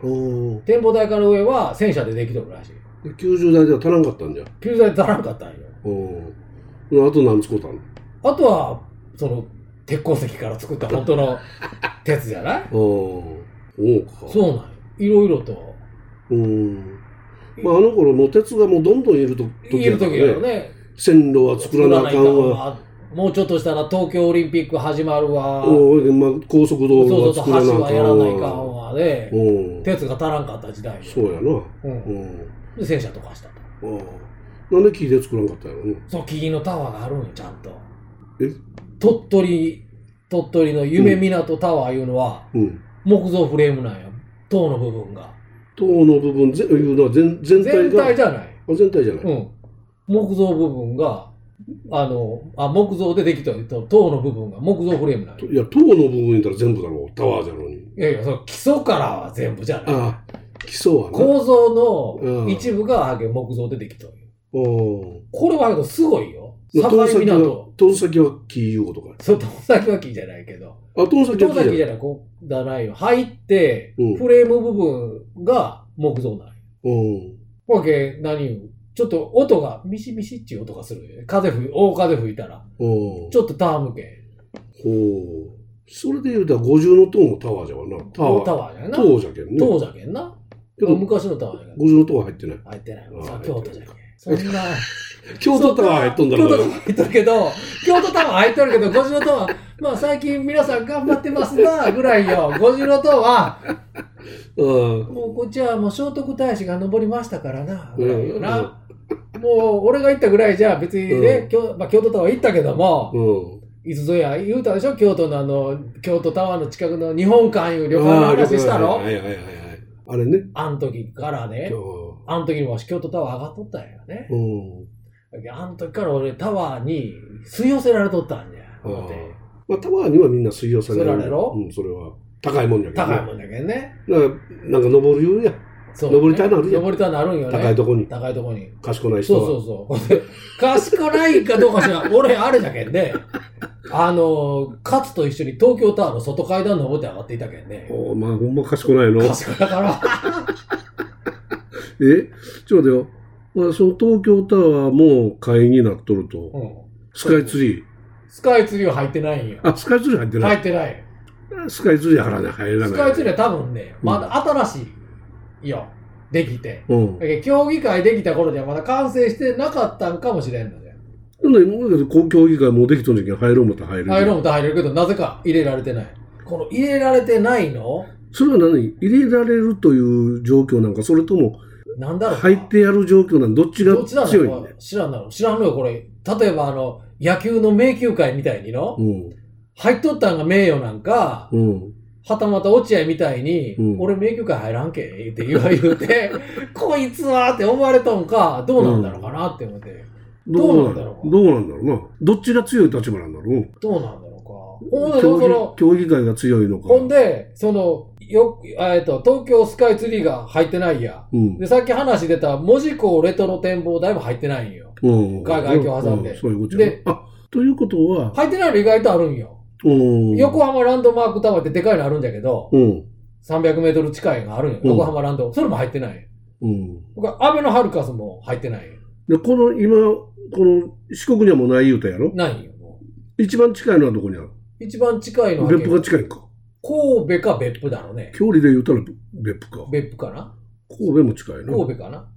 [SPEAKER 5] うん。
[SPEAKER 4] 展望台から上は戦車でできとるらしい。
[SPEAKER 5] 90台では足らんかったんじゃ。
[SPEAKER 4] 90台足らんかったんよ。
[SPEAKER 5] うん。あと何使うたの
[SPEAKER 4] あとは、その、鉄鉱石から作った本当 の鉄じゃない
[SPEAKER 5] うん。そうか。
[SPEAKER 4] そうなんよ。いろいろと。
[SPEAKER 5] うん。まあ、あの頃、もう鉄がもうどんどんいると
[SPEAKER 4] 言
[SPEAKER 5] 時
[SPEAKER 4] え
[SPEAKER 5] や
[SPEAKER 4] る
[SPEAKER 5] から
[SPEAKER 4] 時だよね。
[SPEAKER 5] 線路は作らなあかんわ。
[SPEAKER 4] わ。もうちょっとしたら東京オリンピック始まるわ。
[SPEAKER 5] おうまあ、高速道
[SPEAKER 4] そう
[SPEAKER 5] 路
[SPEAKER 4] そ
[SPEAKER 5] は
[SPEAKER 4] う
[SPEAKER 5] 作
[SPEAKER 4] そう、橋
[SPEAKER 5] らなあ
[SPEAKER 4] は
[SPEAKER 5] か
[SPEAKER 4] やらない
[SPEAKER 5] ん
[SPEAKER 4] かん
[SPEAKER 5] わ。
[SPEAKER 4] わで、
[SPEAKER 5] うん。
[SPEAKER 4] 鉄が足らんかった時代よ
[SPEAKER 5] そうやな。
[SPEAKER 4] う、
[SPEAKER 5] うんん。
[SPEAKER 4] で戦車とかしたと。
[SPEAKER 5] うんなんで木で作らんかったんやろな。
[SPEAKER 4] その木々のタワーがあるんよ、ちゃんと。
[SPEAKER 5] え
[SPEAKER 4] 鳥取、鳥取の夢港タワーいうのは、
[SPEAKER 5] うん。
[SPEAKER 4] 木造フレームなんよ。塔の部分が。
[SPEAKER 5] 塔の部分ぜいうのは全全体
[SPEAKER 4] 全
[SPEAKER 5] が
[SPEAKER 4] 体じゃない。
[SPEAKER 5] あ全体じゃない、
[SPEAKER 4] うん。木造部分があの、あ、木造でできたと、塔の部分が木造フレームなんや
[SPEAKER 5] といや、塔の部分言ったら全部だろう。タワーじゃろうに。
[SPEAKER 4] いやいや、その基礎からは全部じゃない。
[SPEAKER 5] ああ、基礎はね。
[SPEAKER 4] 構造
[SPEAKER 5] う
[SPEAKER 4] の
[SPEAKER 5] ん
[SPEAKER 4] 一部があげ木造でできたと。
[SPEAKER 5] おー
[SPEAKER 4] これはあのすごいよ。
[SPEAKER 5] まあ
[SPEAKER 4] 境
[SPEAKER 5] トン先は
[SPEAKER 4] 港。、
[SPEAKER 5] トン先は木いうことか。
[SPEAKER 4] そう、東崎は木じゃないけど。
[SPEAKER 5] あ、トン先は
[SPEAKER 4] 東
[SPEAKER 5] 木じゃ
[SPEAKER 4] 崎
[SPEAKER 5] ない
[SPEAKER 4] じゃない、こう、だないよ。入って、
[SPEAKER 5] うん
[SPEAKER 4] フレーム部分が木造なんよ。
[SPEAKER 5] うん。
[SPEAKER 4] ほわけ、何よ。ちょっと音が、ミシミシっていう音がするよね。風吹い、大風吹いたら。
[SPEAKER 5] うん。
[SPEAKER 4] ちょっとターム系。
[SPEAKER 5] ほう。それで言うたら50の塔もタワーじゃわな。タワー。
[SPEAKER 4] タワーやな。
[SPEAKER 5] 塔じゃけんね。
[SPEAKER 4] 塔じゃけんな。
[SPEAKER 5] けど、
[SPEAKER 4] 昔のタワーやけん。
[SPEAKER 5] 50の塔は入ってない。
[SPEAKER 4] 入ってない
[SPEAKER 5] あ。ー
[SPEAKER 4] さ
[SPEAKER 5] 入ってない
[SPEAKER 4] 京都じゃけん。そんな。
[SPEAKER 5] 京都タワー入っとんだろ
[SPEAKER 4] 京都タワ
[SPEAKER 5] う
[SPEAKER 4] ー入っとる
[SPEAKER 5] な。
[SPEAKER 4] けど、京都タワー入っとるけど、五重塔は、まあ最近皆さん頑張ってますな、ぐらいよ。五重塔は、
[SPEAKER 5] うん。
[SPEAKER 4] もうこっちはもう聖徳太子が登りましたからな、ぐらいよ
[SPEAKER 5] うん
[SPEAKER 4] な。もう俺が行ったぐらいじゃ別に
[SPEAKER 5] う
[SPEAKER 4] ね
[SPEAKER 5] ん、
[SPEAKER 4] 京まあ、京都タワー行ったけども、
[SPEAKER 5] うん。
[SPEAKER 4] いつぞや言うたでしょ京都のあの、京都タワーの近くの日本館いう旅館の話した
[SPEAKER 5] あー
[SPEAKER 4] ろ
[SPEAKER 5] はいはいはいはい。あれね。
[SPEAKER 4] あん時からね、
[SPEAKER 5] う
[SPEAKER 4] あん時にわし京都タワー上がっとったんやね。
[SPEAKER 5] ん。
[SPEAKER 4] あん時から俺タワーに吸い寄せられとったんじゃ。思って
[SPEAKER 5] まあ、タワーにはみんな水寄され
[SPEAKER 4] それあれやろ
[SPEAKER 5] うん、それは。高いもんじゃけど
[SPEAKER 4] 高い
[SPEAKER 5] ね。
[SPEAKER 4] もんだけどね。
[SPEAKER 5] だから、なんか登るよりや。
[SPEAKER 4] そう
[SPEAKER 5] 登りたいなるやん
[SPEAKER 4] 登りたいなるんよね。
[SPEAKER 5] 高いとこに。
[SPEAKER 4] 高いとこに。
[SPEAKER 5] 賢ない人
[SPEAKER 4] そ
[SPEAKER 5] は。
[SPEAKER 4] うそうそう。賢ないかどうかし ら、俺、あれだけんね。あの、勝と一緒に東京タワーの外階段登って上がっていたけんね。
[SPEAKER 5] おおまあ、ほんま賢ないの。え
[SPEAKER 4] 賢いだから、
[SPEAKER 5] ちょうどよ。まあ、その東京タワーも会員になっとると。
[SPEAKER 4] うん
[SPEAKER 5] スカイツリー。
[SPEAKER 4] スカイツリーは入ってないんよ。
[SPEAKER 5] あ、スカイツリー入ってな
[SPEAKER 4] 入
[SPEAKER 5] い。
[SPEAKER 4] ってない。
[SPEAKER 5] スカイツリーは入らない。
[SPEAKER 4] スカイツリー
[SPEAKER 5] ー。
[SPEAKER 4] は多分ね、まだ新しいよ。できて。
[SPEAKER 5] うん。
[SPEAKER 4] だけど競技会できた頃にはまだ完成してなかったんかもしれんので。
[SPEAKER 5] なんだ、今まで公共議会もうできとんじゃけん、入ろうもた入る。
[SPEAKER 4] 入ろうと入れるけど、なぜか入れられてない。この入れられてないの
[SPEAKER 5] それは何入れられるという状況なんか、それとも
[SPEAKER 4] なんだろうな
[SPEAKER 5] 入ってやる状況なんどっちが
[SPEAKER 4] どっちな
[SPEAKER 5] 強い
[SPEAKER 4] のこ
[SPEAKER 5] んだ
[SPEAKER 4] れ知らんなの知らんのよ、これ。例えば、あの、野球の迷宮会みたいにの、
[SPEAKER 5] うん。
[SPEAKER 4] 入っとったんが名誉なんか、
[SPEAKER 5] うん。
[SPEAKER 4] はたまた落合みたいに、
[SPEAKER 5] うん
[SPEAKER 4] 俺迷宮会入らんけって言わ言うて、 こいつはって思われたんか、どうなんだろうかなって思って。どうなんだろう
[SPEAKER 5] どうなんだろうな。どっちが強い立場なんだろう。
[SPEAKER 4] どうなんだろうか。ほんで、
[SPEAKER 5] 競
[SPEAKER 4] そ
[SPEAKER 5] 技
[SPEAKER 4] の、
[SPEAKER 5] 競技会が強いのか。
[SPEAKER 4] ほんで、その、よ、えっと、東京スカイツリーが入ってないや。
[SPEAKER 5] うん。
[SPEAKER 4] で、さっき話出た、門司港レトロ展望台も入ってないんよ。
[SPEAKER 5] うん。
[SPEAKER 4] 外外境挟んで
[SPEAKER 5] うそういうことや
[SPEAKER 4] で
[SPEAKER 5] なあ、ということは、
[SPEAKER 4] 入ってないの意外とあるんよ。
[SPEAKER 5] うん。
[SPEAKER 4] 横浜ランドマークタワーってでかいのあるんだけど、
[SPEAKER 5] うん。
[SPEAKER 4] 300メートル近いのあるんよ。
[SPEAKER 5] うん
[SPEAKER 4] 横浜ランド。それも入ってない。
[SPEAKER 5] うん。
[SPEAKER 4] 僕は、アベノハルカスも入ってない。
[SPEAKER 5] で、この今、この四国にはもうない言うたやろ
[SPEAKER 4] ないんよ。もう
[SPEAKER 5] 一番近いのはどこにある
[SPEAKER 4] 一番近いのは、
[SPEAKER 5] 別府が
[SPEAKER 4] 神
[SPEAKER 5] 近いんか。
[SPEAKER 4] 戸か別府だろうね。
[SPEAKER 5] 距離で言うたら別府か。
[SPEAKER 4] 別府かな
[SPEAKER 5] 神戸も近いな。
[SPEAKER 4] 神戸かな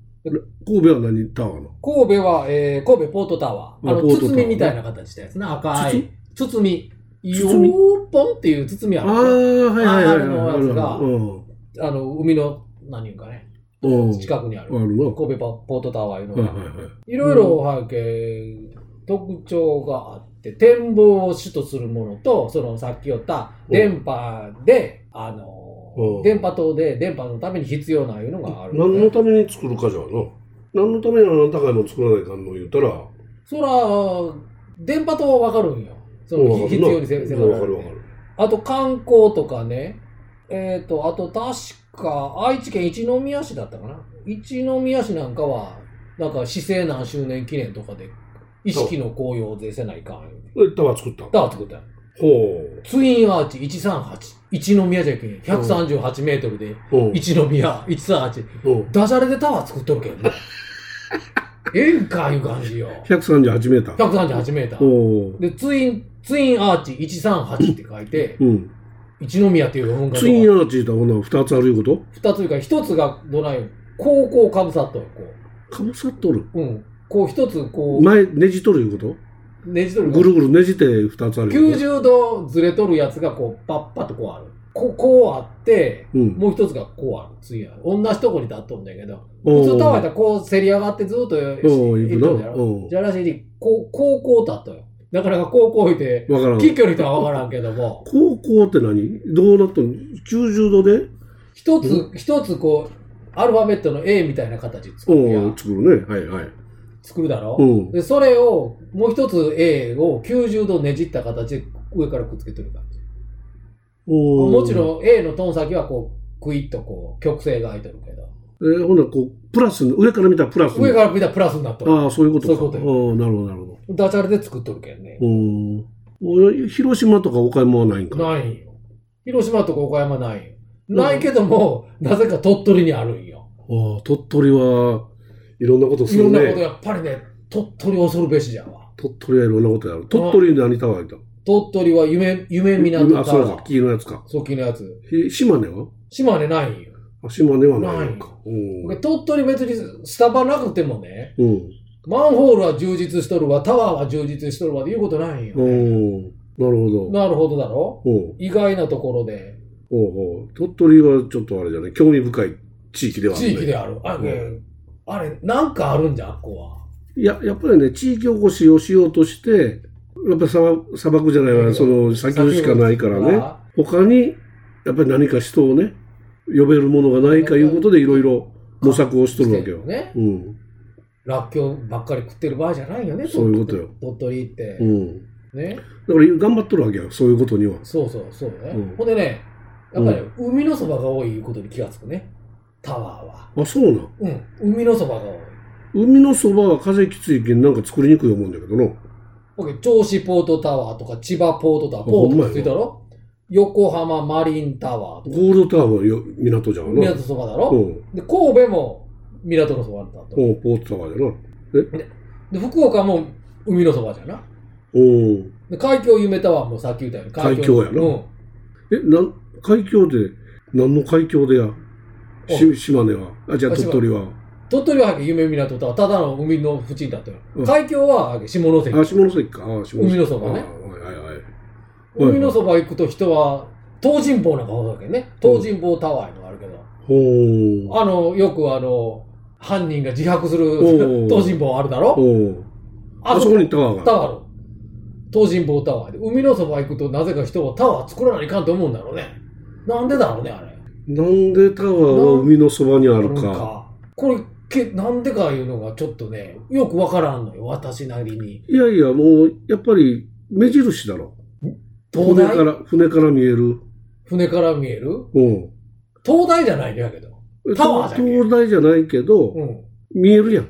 [SPEAKER 5] 神戸は何タワーの
[SPEAKER 4] 神戸は、えー、神戸ポートタワー。あ
[SPEAKER 5] あ
[SPEAKER 4] の、
[SPEAKER 5] ポートタワー
[SPEAKER 4] 包みみたいな形したやつな。赤い。包み。ヨ
[SPEAKER 5] 包み
[SPEAKER 4] ーポンっていう包みあ
[SPEAKER 5] あ
[SPEAKER 4] る
[SPEAKER 5] あ、
[SPEAKER 4] ね
[SPEAKER 5] はいはいはい。
[SPEAKER 4] あのやつが
[SPEAKER 5] あるあるうん。
[SPEAKER 4] あの、海の、何言うかね。
[SPEAKER 5] うん
[SPEAKER 4] 近くにあ
[SPEAKER 5] あ
[SPEAKER 4] る。
[SPEAKER 5] るな。は
[SPEAKER 4] 神戸ポポートタワーいうの
[SPEAKER 5] い
[SPEAKER 4] が。
[SPEAKER 5] はいはい。
[SPEAKER 4] いろいろ背景、特徴があって、展望を主とするものと、そのさっき言った
[SPEAKER 5] うん
[SPEAKER 4] 電波で、あ
[SPEAKER 5] う
[SPEAKER 4] の
[SPEAKER 5] ん、
[SPEAKER 4] 電波塔で電波のために必要ないうのがある、
[SPEAKER 5] 何のために作るかじゃな。何のためにあの高いもの作らないかんの言うたら、
[SPEAKER 4] そら、電波塔はわかるんよ。そ
[SPEAKER 5] わ
[SPEAKER 4] の
[SPEAKER 5] か
[SPEAKER 4] 必
[SPEAKER 5] るな
[SPEAKER 4] 要にせ迫
[SPEAKER 5] わ
[SPEAKER 4] ら
[SPEAKER 5] か
[SPEAKER 4] れ
[SPEAKER 5] るわか
[SPEAKER 4] て。
[SPEAKER 5] る。
[SPEAKER 4] あと観光とかね、えっ、と、あと確か愛知県一宮市だったかな。一宮市なんかは、なんか市政何周年記念とかで、意識の紅葉をぜせないかん言うて。
[SPEAKER 5] でタワー作ったの。
[SPEAKER 4] だから作ったんよ
[SPEAKER 5] ほ
[SPEAKER 4] ツインアーチ138。一宮じゃけん。138メートルで、
[SPEAKER 5] う。うん。
[SPEAKER 4] 一宮、138。
[SPEAKER 5] うん
[SPEAKER 4] ダジャレでタワー作っとるけんね。ええんかいう感じよ。
[SPEAKER 5] 138メーター。
[SPEAKER 4] 138メーター。
[SPEAKER 5] ほう。
[SPEAKER 4] で、ツイン、ツインアーチ138って書いて、
[SPEAKER 5] うん。
[SPEAKER 4] 一宮っていう読むんか
[SPEAKER 5] ツイン
[SPEAKER 4] と
[SPEAKER 5] アーチだほな2つあるいうこ
[SPEAKER 4] 二ついうか、一つがどない、こうこうかぶさっとる。
[SPEAKER 5] とかぶさっとる。
[SPEAKER 4] こう。うん。こう一つ、こう、
[SPEAKER 5] 前ねじとるいうこ
[SPEAKER 4] ねじと
[SPEAKER 5] と
[SPEAKER 4] る
[SPEAKER 5] ぐるぐるねじて2つあるいうこと。
[SPEAKER 4] 90度ずれとるやつが、こう、パッパッとこうある。こう、こうあって、
[SPEAKER 5] うん。
[SPEAKER 4] もう一つがこうある。ツインアーチ。同じとこに立っとんだけど、
[SPEAKER 5] お
[SPEAKER 4] 普
[SPEAKER 5] う
[SPEAKER 4] 通倒れたらこうせり上がってずっと
[SPEAKER 5] おう
[SPEAKER 4] 行
[SPEAKER 5] 行
[SPEAKER 4] っ
[SPEAKER 5] くな
[SPEAKER 4] とんだろ。
[SPEAKER 5] おう
[SPEAKER 4] じゃあらしいに、こう、こうこうだったよ。なかなかこうこういて、
[SPEAKER 5] わからん。
[SPEAKER 4] 近距離とはわからんけども、
[SPEAKER 5] 高校って何どうなったの ?90 度で
[SPEAKER 4] 一つ、一つこう、アルファベットの A みたいな形作るや
[SPEAKER 5] お
[SPEAKER 4] ん
[SPEAKER 5] う作るね。はいはい。
[SPEAKER 4] 作るだろ、
[SPEAKER 5] うん。
[SPEAKER 4] で、それを、もう一つ A を90度ねじった形で上からくっつけてる感じ。も
[SPEAKER 5] も
[SPEAKER 4] ちろん A のトン先はこう、クイッとこう、曲線が空いてるけど、
[SPEAKER 5] ん。えーほな、こう、プラスの、上から見たらプラスの。
[SPEAKER 4] 上から見たらプラスになっとる。
[SPEAKER 5] ああ、そういうことか。
[SPEAKER 4] そういうこと
[SPEAKER 5] ああ、なるほど、なるほど。
[SPEAKER 4] ダジャレで作っとるけんね
[SPEAKER 5] う。んおい。広島とか岡山はないんか。
[SPEAKER 4] ないんよ。広島とか岡山ないんよ。ないけども、なぜか鳥取にあるんよ。
[SPEAKER 5] ああ、鳥取はいろんなことす
[SPEAKER 4] いろ
[SPEAKER 5] る
[SPEAKER 4] んなこと
[SPEAKER 5] ね。
[SPEAKER 4] やっぱりね、鳥取恐るべしじゃわ。
[SPEAKER 5] 鳥取はいろんなことやる。鳥取に何タワーいた
[SPEAKER 4] 鳥取は夢、夢港
[SPEAKER 5] あ、
[SPEAKER 4] か
[SPEAKER 5] そうか、黄色いやつか。
[SPEAKER 4] そうきのやつ。
[SPEAKER 5] え島根は
[SPEAKER 4] 島根ないんよ。
[SPEAKER 5] あ島根はないのか。うん
[SPEAKER 4] で鳥取別にスタバなくてもね、
[SPEAKER 5] うん。
[SPEAKER 4] マンホールは充実しとるわ、タワーは充実しとるわで言うことないんよ、
[SPEAKER 5] う
[SPEAKER 4] ね。
[SPEAKER 5] ん。なるほど。
[SPEAKER 4] なるほどだろ
[SPEAKER 5] うん。
[SPEAKER 4] 意外なところで、
[SPEAKER 5] おうおう鳥取はちょっとあれじゃない。興味深い地域ではある
[SPEAKER 4] 地
[SPEAKER 5] ね。
[SPEAKER 4] 域である。あ,、ね
[SPEAKER 5] う
[SPEAKER 4] あれ、なんかあるんじゃん、あっこは。
[SPEAKER 5] いや、やっぱりね、地域おこしをしようとして、やっぱり砂漠砂漠じゃないわ、その砂丘しかないからね。他にやっぱり何か人をね呼べるものがないかいうことでいろいろ模索をしとるわけよ。
[SPEAKER 4] ね。
[SPEAKER 5] うん、
[SPEAKER 4] らっきょうばっかり食ってる場合じゃないよね、
[SPEAKER 5] そういうことよ
[SPEAKER 4] 鳥取鳥取って。
[SPEAKER 5] うん、
[SPEAKER 4] ね。
[SPEAKER 5] だから頑張っとるわけよそういうことには。
[SPEAKER 4] そうそう、そうね。
[SPEAKER 5] うん
[SPEAKER 4] ほんでね、やっぱり海のそばが多いいうことに気がつくね、タワーは。
[SPEAKER 5] あそうなん
[SPEAKER 4] うん、海のそばが多い。
[SPEAKER 5] 海のそばは風きついけんなんか作りにくい思うんだけどな。
[SPEAKER 4] 僕、銚子ポートタワーとか千葉ポートタワー、ポートがついたろ横浜マリンタワーと
[SPEAKER 5] ゴ
[SPEAKER 4] か、
[SPEAKER 5] ールドタワーはよ港じゃんな。
[SPEAKER 4] 港そばだろ、
[SPEAKER 5] うん、
[SPEAKER 4] で、神戸も港のそばだと。
[SPEAKER 5] うん、ポートタワーじゃな。
[SPEAKER 4] で、福岡も海のそばじゃな。
[SPEAKER 5] うん。
[SPEAKER 4] で、海峡夢タワーもさっき言ったように。
[SPEAKER 5] 海峡やな
[SPEAKER 4] うん。
[SPEAKER 5] え、なん、海峡で、何の海峡でや
[SPEAKER 4] う
[SPEAKER 5] し島根は。あ、じゃあ
[SPEAKER 4] あ
[SPEAKER 5] 鳥取は。
[SPEAKER 4] 鳥取は夢港タワー、ただの海の縁に立ってる。
[SPEAKER 5] うん
[SPEAKER 4] 海峡は下関。
[SPEAKER 5] あ、下関か。あ、下関。
[SPEAKER 4] 海のそばね
[SPEAKER 5] あはいはいはい。はい
[SPEAKER 4] 海のそば行くと人は、東尋坊なんかほどだけどね。東尋坊タワーいうのがあるけど。
[SPEAKER 5] ほー。
[SPEAKER 4] あの、よくあの、犯人が自白する
[SPEAKER 5] おう
[SPEAKER 4] 東尋坊あるだろ
[SPEAKER 5] ほーあそこにタワーがある
[SPEAKER 4] タ。ワーの東尋坊タワーで海のそば行くとなぜか人はタワー作らないかんと思うんだろうねなんでだろうねあれ
[SPEAKER 5] なんでタワーは海のそばにあ
[SPEAKER 4] な
[SPEAKER 5] る
[SPEAKER 4] ん
[SPEAKER 5] か。
[SPEAKER 4] かこれけなんでかいうのがちょっとねよくわからんのよ私なりに
[SPEAKER 5] いやいや、もう、やっぱり、目印だろ。
[SPEAKER 4] 灯
[SPEAKER 5] 船か
[SPEAKER 4] 台
[SPEAKER 5] ら、船から見える。
[SPEAKER 4] 船から見える
[SPEAKER 5] うん。
[SPEAKER 4] 灯台じゃないのやけどタワーだけ
[SPEAKER 5] 灯台じゃないけど、
[SPEAKER 4] うん
[SPEAKER 5] 見えるやん。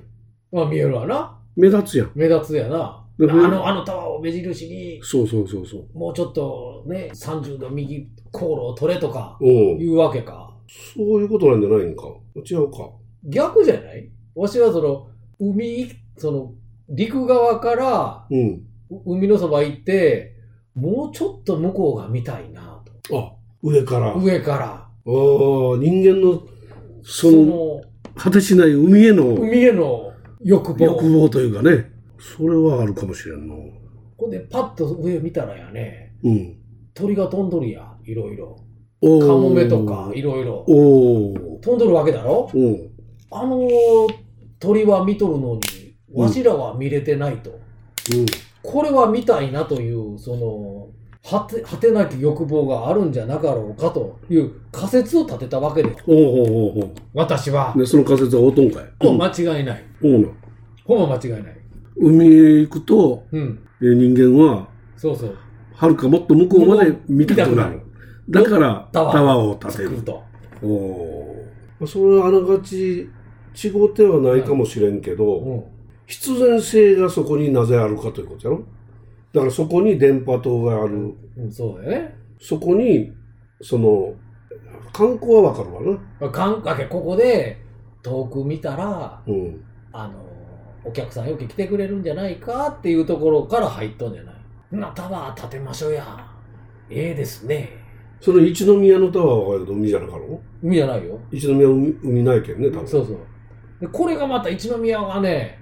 [SPEAKER 4] まあ見えるわな
[SPEAKER 5] 目立つやん。
[SPEAKER 4] 目立つやなあ
[SPEAKER 5] で船
[SPEAKER 4] のあのタワーを目印に
[SPEAKER 5] そうそうそうそう。
[SPEAKER 4] もうちょっとね30度右航路を取れとか
[SPEAKER 5] うん
[SPEAKER 4] いうわけか
[SPEAKER 5] そういうことなんじゃないんか。違うか。
[SPEAKER 4] 逆じゃないわしはその、海、その、陸側から
[SPEAKER 5] うん。
[SPEAKER 4] う海のそば行って、もうちょっと向こうが見たいな
[SPEAKER 5] あ、上から。
[SPEAKER 4] と。
[SPEAKER 5] ああ、
[SPEAKER 4] 上から。
[SPEAKER 5] 人間の、そ
[SPEAKER 4] そ
[SPEAKER 5] の、
[SPEAKER 4] の、
[SPEAKER 5] 果てしない海への
[SPEAKER 4] 海への欲
[SPEAKER 5] 欲
[SPEAKER 4] 望。
[SPEAKER 5] 望というかね。それはあるかもしれんの。
[SPEAKER 4] ここでパッと上見たらやね、
[SPEAKER 5] うん。
[SPEAKER 4] 鳥が飛んどるや、いろいろ。
[SPEAKER 5] おー
[SPEAKER 4] カモメとか、いろいろ。
[SPEAKER 5] おー
[SPEAKER 4] 飛んどるわけだろ
[SPEAKER 5] うん。
[SPEAKER 4] あの鳥は見とるのに、わしらは見れてないと。
[SPEAKER 5] うん。
[SPEAKER 4] これは見たいなという、その、果て果てなき欲望があるんじゃなかろうかという仮説を立てたわけで、
[SPEAKER 5] おうおうおうおう
[SPEAKER 4] 私は。
[SPEAKER 5] で、その仮説はおとんかい。
[SPEAKER 4] ほぼ間違いない。
[SPEAKER 5] うんおうな
[SPEAKER 4] ほぼ間違いない。
[SPEAKER 5] 海へ行くと、
[SPEAKER 4] うん。
[SPEAKER 5] え人間は、
[SPEAKER 4] そうそう。
[SPEAKER 5] はるかもっと向こうまで見たくなる。だから、タ
[SPEAKER 4] タワー
[SPEAKER 5] ワーを建て
[SPEAKER 4] 作
[SPEAKER 5] る
[SPEAKER 4] る。と。
[SPEAKER 5] おお。それはあながち、違う手はないかもしれんけど、
[SPEAKER 4] うん。
[SPEAKER 5] 必然性がそこになぜあるかということやろだからそこに電波塔がある。
[SPEAKER 4] うん、そうだよね。
[SPEAKER 5] そこに、その、観光はわかるわな。
[SPEAKER 4] かんかけ、ここで、遠く見たら、
[SPEAKER 5] うん。
[SPEAKER 4] あの、お客さんよく来てくれるんじゃないかっていうところから入っとんじゃない。な、タワー建てましょうや。ええですね。
[SPEAKER 5] その一宮のタワーは海じゃなかろう
[SPEAKER 4] 海じゃないよ。
[SPEAKER 5] 一宮は海海ないけんね、多分。
[SPEAKER 4] そうそう。で、これがまた一宮がね、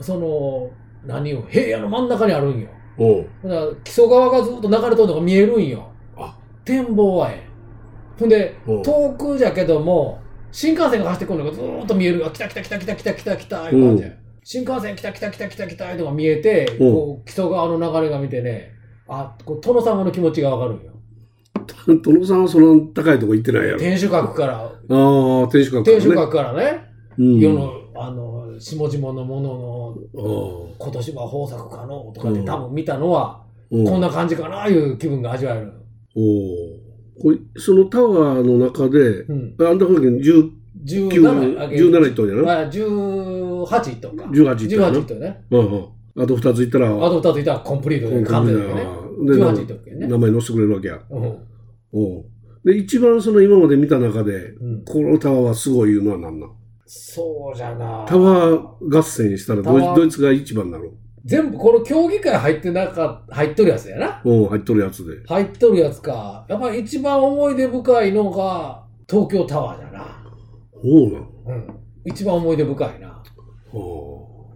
[SPEAKER 4] その、何よ、平野の真ん中にあるんよ。
[SPEAKER 5] うん。
[SPEAKER 4] だから、木曽川がずっと流れとるのが見えるんよ
[SPEAKER 5] あ。
[SPEAKER 4] 展望はええ。ほんで、
[SPEAKER 5] うん
[SPEAKER 4] 遠くじゃけども、新幹線が走ってくるのがずーっと見える。あ、来た来た来た来た来た来た来た、いう感じで
[SPEAKER 5] うん
[SPEAKER 4] 新幹線来た来た来た来た来た、いうのが見えて、
[SPEAKER 5] ん
[SPEAKER 4] こう、木曽川の流れが見てね、あ、こう殿様の気持ちがわかるんよ。
[SPEAKER 5] 殿さんはその高いとこ行ってないやろ。
[SPEAKER 4] 天守閣から、
[SPEAKER 5] ああ、天守閣、ね。
[SPEAKER 4] 天守閣からね、
[SPEAKER 5] うん、
[SPEAKER 4] 世のあの、下々のものの、
[SPEAKER 5] ああ
[SPEAKER 4] 今年は豊作かのとかって
[SPEAKER 5] うん
[SPEAKER 4] 多分見たのは、
[SPEAKER 5] うん
[SPEAKER 4] こんな感じかないう気分が味わえる。
[SPEAKER 5] おおこれそのタワーの中で、
[SPEAKER 4] うん。
[SPEAKER 5] あんたほうけん19
[SPEAKER 4] 17あげる
[SPEAKER 5] 17頭やな。
[SPEAKER 4] あ18とか。
[SPEAKER 5] 18頭やな
[SPEAKER 4] 18。とね。
[SPEAKER 5] うんうん。あと2ついったら、
[SPEAKER 4] あと2ついたらコンプリート
[SPEAKER 5] う
[SPEAKER 4] で
[SPEAKER 5] ん
[SPEAKER 4] 完全だよね。
[SPEAKER 5] でな
[SPEAKER 4] 18とかね。
[SPEAKER 5] 名前載せてくれるわけや。
[SPEAKER 4] うん。
[SPEAKER 5] おうで、一番その今まで見た中で、
[SPEAKER 4] うん。
[SPEAKER 5] このタワーはすごいいうのは何なん
[SPEAKER 4] そうじゃな。
[SPEAKER 5] タワー合戦したらドイ
[SPEAKER 4] タワー
[SPEAKER 5] ドイツが一番なの。
[SPEAKER 4] 全部、この競技会入ってなか、入っとるやつやな。
[SPEAKER 5] うん、入っとるやつで。
[SPEAKER 4] 入っとるやつか。やっぱり一番思い出深いのが、東京タワーだな。
[SPEAKER 5] そうなの。
[SPEAKER 4] うん。一番思い出深いな。
[SPEAKER 5] お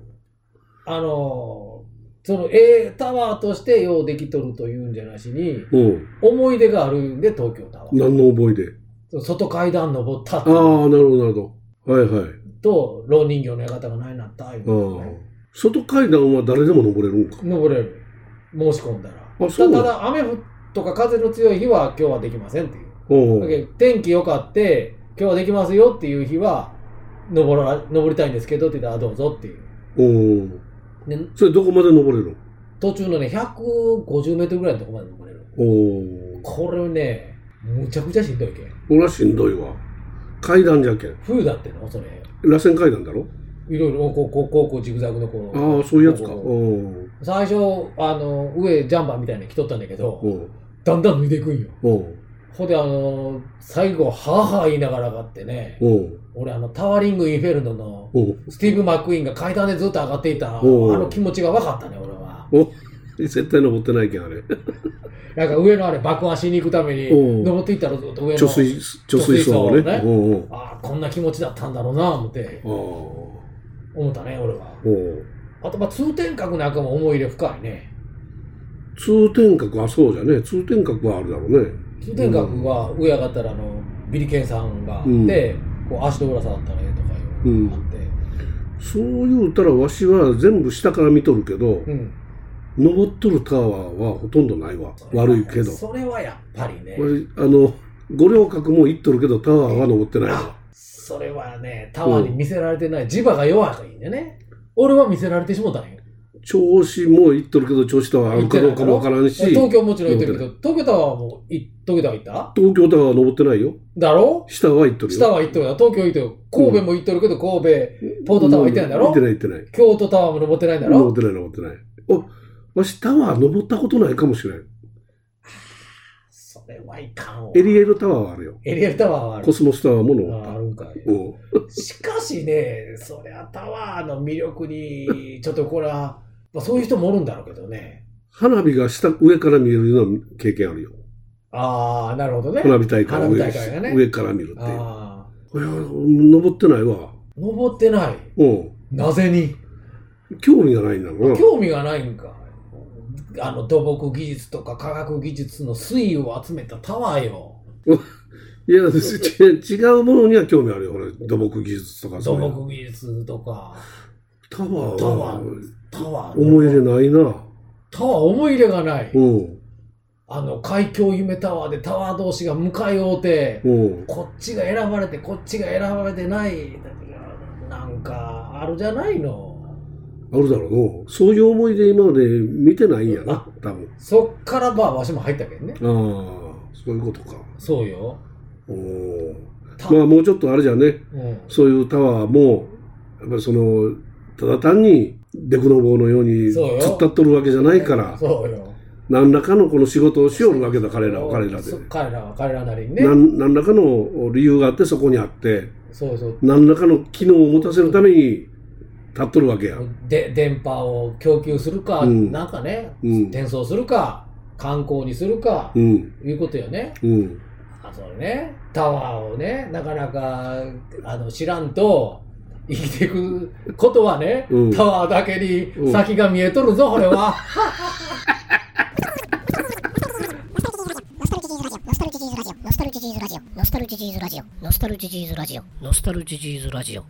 [SPEAKER 4] あのーその、ええタワーとしてようできとるというんじゃなしに、
[SPEAKER 5] ううん。
[SPEAKER 4] 思い出があるんで、東京タワー。
[SPEAKER 5] 何の覚えで。
[SPEAKER 4] 外階段登った
[SPEAKER 5] ああ、なるほど、なるほど。はいはい。
[SPEAKER 4] と、老人形の館がないなった、いう
[SPEAKER 5] あ
[SPEAKER 4] のね
[SPEAKER 5] ー外階段は誰でも登れるんか。
[SPEAKER 4] 登れる。申し込んだら。
[SPEAKER 5] あそう
[SPEAKER 4] たただ、雨降っとか風の強い日は今日はできませんっていう。
[SPEAKER 5] おう
[SPEAKER 4] だけど天気良かって、今日はできますよっていう日は、登ら、登りたいんですけどって言ったら、あどうぞっていう。
[SPEAKER 5] おう
[SPEAKER 4] で、
[SPEAKER 5] それどこまで登れるの
[SPEAKER 4] 途中のね、150メートルぐらいのとこまで登れる。
[SPEAKER 5] おう
[SPEAKER 4] これね、むちゃくちゃしんどいけん。
[SPEAKER 5] 俺はしんどいわ。階段じゃけん。
[SPEAKER 4] 冬だってのそれ。
[SPEAKER 5] 螺旋階段だろ
[SPEAKER 4] いろいろ、こう、こう、こう、こうジグザグのこう。
[SPEAKER 5] ああ、そういうやつか。
[SPEAKER 4] こう
[SPEAKER 5] うん。
[SPEAKER 4] 最初、あの、上、ジャンバーみたいなの着とったんだけど、
[SPEAKER 5] うん。
[SPEAKER 4] だんだん脱いでいくんよ。
[SPEAKER 5] うん。
[SPEAKER 4] ほんで、あの、最後、はあはあ言いながら上がってね、
[SPEAKER 5] うん。
[SPEAKER 4] 俺、あの、タワリング・インフェルノの、
[SPEAKER 5] うん。
[SPEAKER 4] スティーブ・マック・イーンが階段でずっと上がっていた、あ
[SPEAKER 5] おう
[SPEAKER 4] の気持ちが分かったね、俺は。
[SPEAKER 5] 絶対登ってないけん、あれ。
[SPEAKER 4] なんか上のあれ、爆破しに行くために、
[SPEAKER 5] おう
[SPEAKER 4] 登っていったらずっと上の。
[SPEAKER 5] 貯水、貯水槽をね。
[SPEAKER 4] 貯水槽をね
[SPEAKER 5] うんうん。あ
[SPEAKER 4] ああ、こんな気持ちだったんだろうな、思って、
[SPEAKER 5] あ。お
[SPEAKER 4] 思ったね、俺は。
[SPEAKER 5] う
[SPEAKER 4] あと、まあ、通天閣なんかも思い入れ深いね。
[SPEAKER 5] 通天閣はそうじゃね。通天閣はあるだろうね。
[SPEAKER 4] 通天閣は上上がったらあのビリケンさんがあって、こう足の裏触ったらええとかいうのがあって、
[SPEAKER 5] そう言うたら、わしは全部下から見とるけど、
[SPEAKER 4] うん
[SPEAKER 5] 登っとるタワーはほとんどないわ。悪いけど。
[SPEAKER 4] それはやっぱりね
[SPEAKER 5] わしあの、五稜郭も行っとるけど、タワーは登ってないわ。
[SPEAKER 4] それはねタワーに見せられてない磁場が弱いんでね俺は見せられてしもたんよ
[SPEAKER 5] 調子も行っとるけど、調子タワーあるかどうかもわからんし、
[SPEAKER 4] 東
[SPEAKER 5] 東
[SPEAKER 4] 京もちろん行ってるけど東京タワーもい東京タワー行った
[SPEAKER 5] 京タワーは登ってないよ。
[SPEAKER 4] だろ
[SPEAKER 5] 下は行っとるよ。
[SPEAKER 4] 下は行っとるよ東京行っとるよ神戸も行っとるけど神戸、ポートタワー行ってないんだろ
[SPEAKER 5] 行ってない行ってない。
[SPEAKER 4] 京都タワーも登ってないんだろ、
[SPEAKER 5] 登ってない登ってない。お、わしタワー登ったことないかもしれない。
[SPEAKER 4] それはいかんわ
[SPEAKER 5] エリエルタワーはあるよ。
[SPEAKER 4] エリエルタワーはある
[SPEAKER 5] コスモスタワーも登っ
[SPEAKER 4] ああ
[SPEAKER 5] た。
[SPEAKER 4] るんかい
[SPEAKER 5] うん。
[SPEAKER 4] しかしね、そりゃタワーの魅力に、ちょっとこれは、まあ、そういう人もおるんだろうけどね。
[SPEAKER 5] 花火が下、上から見えるような経験あるよ。
[SPEAKER 4] ああ、なるほどね。
[SPEAKER 5] 花火大会を上
[SPEAKER 4] 花火大会がね
[SPEAKER 5] 上から見るっていう。いや、
[SPEAKER 4] ああ、
[SPEAKER 5] 登ってないわ。
[SPEAKER 4] 登ってない。
[SPEAKER 5] うん。
[SPEAKER 4] なぜに
[SPEAKER 5] 興味がないんだろうな。
[SPEAKER 4] 興味がないんか。あの土木技術とか科学技術の水を集めたタワーよ。
[SPEAKER 5] いや、ち違うものには興味あるよ。俺、土木技術とか
[SPEAKER 4] 土
[SPEAKER 5] そういう。
[SPEAKER 4] 木技術とか、
[SPEAKER 5] タワ
[SPEAKER 4] タ
[SPEAKER 5] ー
[SPEAKER 4] ワ
[SPEAKER 5] は
[SPEAKER 4] ー、タワー。
[SPEAKER 5] 思い入れないな。
[SPEAKER 4] タワー思い入れがない。
[SPEAKER 5] うん。
[SPEAKER 4] あの、海峡夢タワーでタワー同士が向かい合うて、
[SPEAKER 5] うん。
[SPEAKER 4] こっちが選ばれてこっちが選ばれてないなんかあるじゃないの
[SPEAKER 5] あるだろうな。そういう思いで今まで見てないんやな、多分。
[SPEAKER 4] そっからまあわしも入ったけどね
[SPEAKER 5] ああ、そういうことか。
[SPEAKER 4] そうよ
[SPEAKER 5] おー
[SPEAKER 4] た
[SPEAKER 5] まあもうちょっとあれじゃね、
[SPEAKER 4] うん
[SPEAKER 5] そういうタワーも、やっぱりその、ただ単に、デクノボーのように
[SPEAKER 4] そうよ
[SPEAKER 5] 突っ立っとるわけじゃないから、
[SPEAKER 4] そうよ
[SPEAKER 5] 何らかのこの仕事をしよるわけだ、彼らは彼らで。
[SPEAKER 4] そう彼らは彼らなりにね
[SPEAKER 5] 何何らかの理由があって、そこにあって、
[SPEAKER 4] そうそう
[SPEAKER 5] 何らかの機能を持たせるために立っとるわけや。
[SPEAKER 4] で電波を供給するか、
[SPEAKER 5] うん
[SPEAKER 4] なんかね
[SPEAKER 5] うん。
[SPEAKER 4] 転送するか観光にするか、
[SPEAKER 5] うん。
[SPEAKER 4] いうことよね
[SPEAKER 5] うん。
[SPEAKER 4] あそれねタワーをねなかなかあの知らんと生きていくことはね、
[SPEAKER 5] うん
[SPEAKER 4] タワーだけに先が見えとるぞ、これは
[SPEAKER 2] ノスタルジーズラジオノスタルジーズラジオノスタルジーズラジオノスタルジーズラジオノスタルジーズラジオノスタルジーズラジオ